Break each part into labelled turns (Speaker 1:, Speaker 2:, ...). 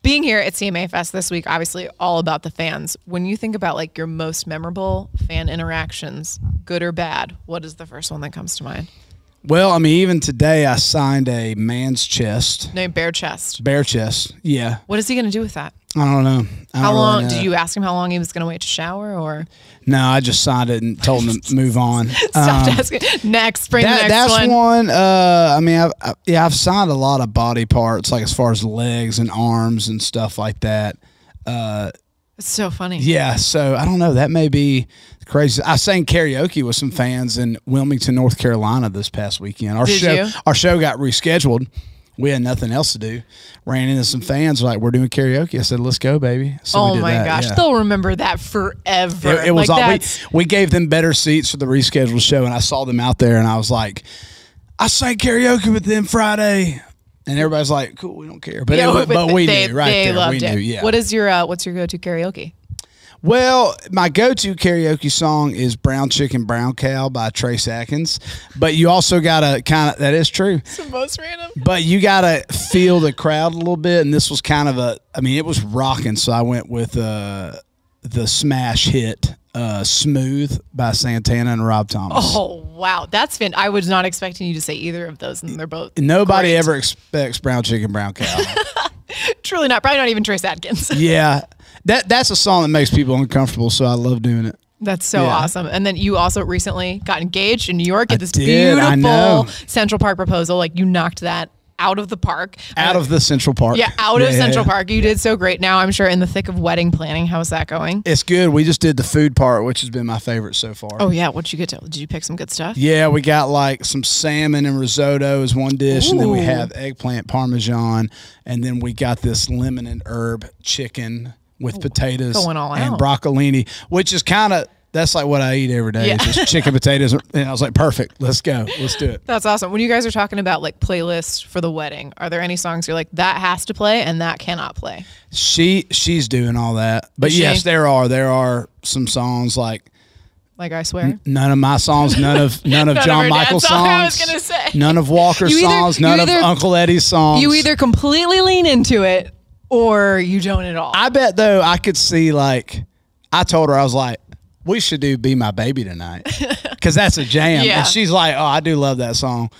Speaker 1: Being here at CMA Fest this week, obviously all about the fans. When you think about like your most memorable fan interactions, good or bad, what is the first one that comes to mind?
Speaker 2: Well, I mean, even today I signed a man's chest,
Speaker 1: No, bare chest.
Speaker 2: bare chest. Yeah,
Speaker 1: What is he going to do with that?
Speaker 2: I don't know. I
Speaker 1: How
Speaker 2: don't really
Speaker 1: long
Speaker 2: know.
Speaker 1: did you ask him how long he was going to wait to shower or
Speaker 2: No, I just signed it and told him to move on. Uh,
Speaker 1: stop asking? Next, bring
Speaker 2: Um,
Speaker 1: the
Speaker 2: That,
Speaker 1: next
Speaker 2: that's
Speaker 1: one.
Speaker 2: one. uh, I mean, I've, I, yeah, I've signed a lot of body parts, like as far as legs and arms and stuff like that.
Speaker 1: It's so funny.
Speaker 2: Yeah, so I don't know. That may be crazy. I sang karaoke with some fans in Wilmington, North Carolina this past weekend. Our
Speaker 1: Did
Speaker 2: show
Speaker 1: you?
Speaker 2: our show got rescheduled. We had nothing else to do. Ran into some fans like we're doing karaoke. I said, "Let's go, baby." So we
Speaker 1: oh
Speaker 2: did
Speaker 1: my
Speaker 2: that,
Speaker 1: gosh,
Speaker 2: yeah.
Speaker 1: they'll remember that forever.
Speaker 2: It, it was
Speaker 1: like
Speaker 2: all, we,
Speaker 1: that's-
Speaker 2: we gave them better seats for the rescheduled show, and I saw them out there, and I was like, I sang karaoke with them Friday, and everybody's like, "Cool, we don't care," but
Speaker 1: Yeah,
Speaker 2: it was-
Speaker 1: but
Speaker 2: but we
Speaker 1: they-
Speaker 2: knew right
Speaker 1: they
Speaker 2: there,
Speaker 1: loved
Speaker 2: we
Speaker 1: it.
Speaker 2: knew, yeah.
Speaker 1: What is your uh, what's your go-to karaoke?
Speaker 2: Well, my go-to karaoke song is "Brown Chicken, Brown Cow" by Trace Atkins, but you also gotta kind of that is true,
Speaker 1: It's the most random.
Speaker 2: but you gotta feel the crowd a little bit, and this was kind of a, I mean, it was rocking, so I went with uh, the smash hit uh, "Smooth" by Santana and Rob Thomas.
Speaker 1: Oh wow, that's fin. I was not expecting you to say either of those, and they're both
Speaker 2: Nobody
Speaker 1: great.
Speaker 2: ever expects brown chicken, brown cow.
Speaker 1: Truly not. Probably not even Trace Adkins.
Speaker 2: yeah, that that's a song that makes people uncomfortable, so I love doing it.
Speaker 1: That's so
Speaker 2: Yeah.
Speaker 1: awesome. And then you also recently got engaged in New York at this
Speaker 2: did, I
Speaker 1: beautiful
Speaker 2: know.
Speaker 1: Central Park proposal. Like you knocked that out of the park.
Speaker 2: Out of the Central Park.
Speaker 1: Uh, yeah, out of
Speaker 2: Yeah.
Speaker 1: Central Park. You did so great. Now I'm sure in the thick of wedding planning. How's that going?
Speaker 2: It's good. We just did the food part, which has been my favorite so far.
Speaker 1: Oh yeah, what'd you get to? Did you pick some good stuff?
Speaker 2: Yeah, we got like some salmon and risotto as one dish, and then we
Speaker 1: Ooh.
Speaker 2: have eggplant parmesan, and then we got this lemon and herb chicken with potatoes
Speaker 1: going all
Speaker 2: and
Speaker 1: out.
Speaker 2: broccolini, which is kind of that's like what I eat every day. It's just chicken potatoes, and I was like, perfect. Let's go. Let's do it.
Speaker 1: That's awesome. When you guys are talking about like playlists for the wedding, are there any songs you're like that has to play and that cannot play?
Speaker 2: She she's doing all that, but
Speaker 1: Is she?
Speaker 2: yes, there are there are some songs like
Speaker 1: Like I swear.
Speaker 2: none of my songs, none of none of
Speaker 1: None of
Speaker 2: John
Speaker 1: her
Speaker 2: Michael's
Speaker 1: dad's songs, I was
Speaker 2: songs,
Speaker 1: gonna say.
Speaker 2: none of Walker's
Speaker 1: You either-
Speaker 2: songs,
Speaker 1: you
Speaker 2: none
Speaker 1: either-
Speaker 2: of Uncle Eddie's songs.
Speaker 1: You either completely lean into it or you don't at all.
Speaker 2: I bet though I could see like I told her I was like we should do "Be My Baby" tonight because that's a jam,
Speaker 1: Yeah.
Speaker 2: and she's like, "Oh, I do love that song."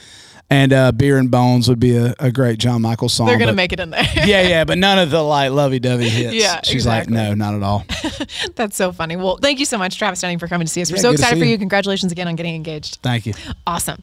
Speaker 2: And uh, "Beer and Bones" would be a, a great John Michael song.
Speaker 1: They're gonna
Speaker 2: but-
Speaker 1: make it in there.
Speaker 2: yeah, yeah, but none of the like lovey-dovey hits.
Speaker 1: Yeah,
Speaker 2: she's
Speaker 1: exactly.
Speaker 2: like, "No, not at all."
Speaker 1: That's so funny. Well, thank you so much, Travis Denning, for coming to see us. We're
Speaker 2: Yeah,
Speaker 1: so
Speaker 2: good to
Speaker 1: excited
Speaker 2: see
Speaker 1: for
Speaker 2: you.
Speaker 1: you. Congratulations again on getting engaged.
Speaker 2: Thank you.
Speaker 1: Awesome.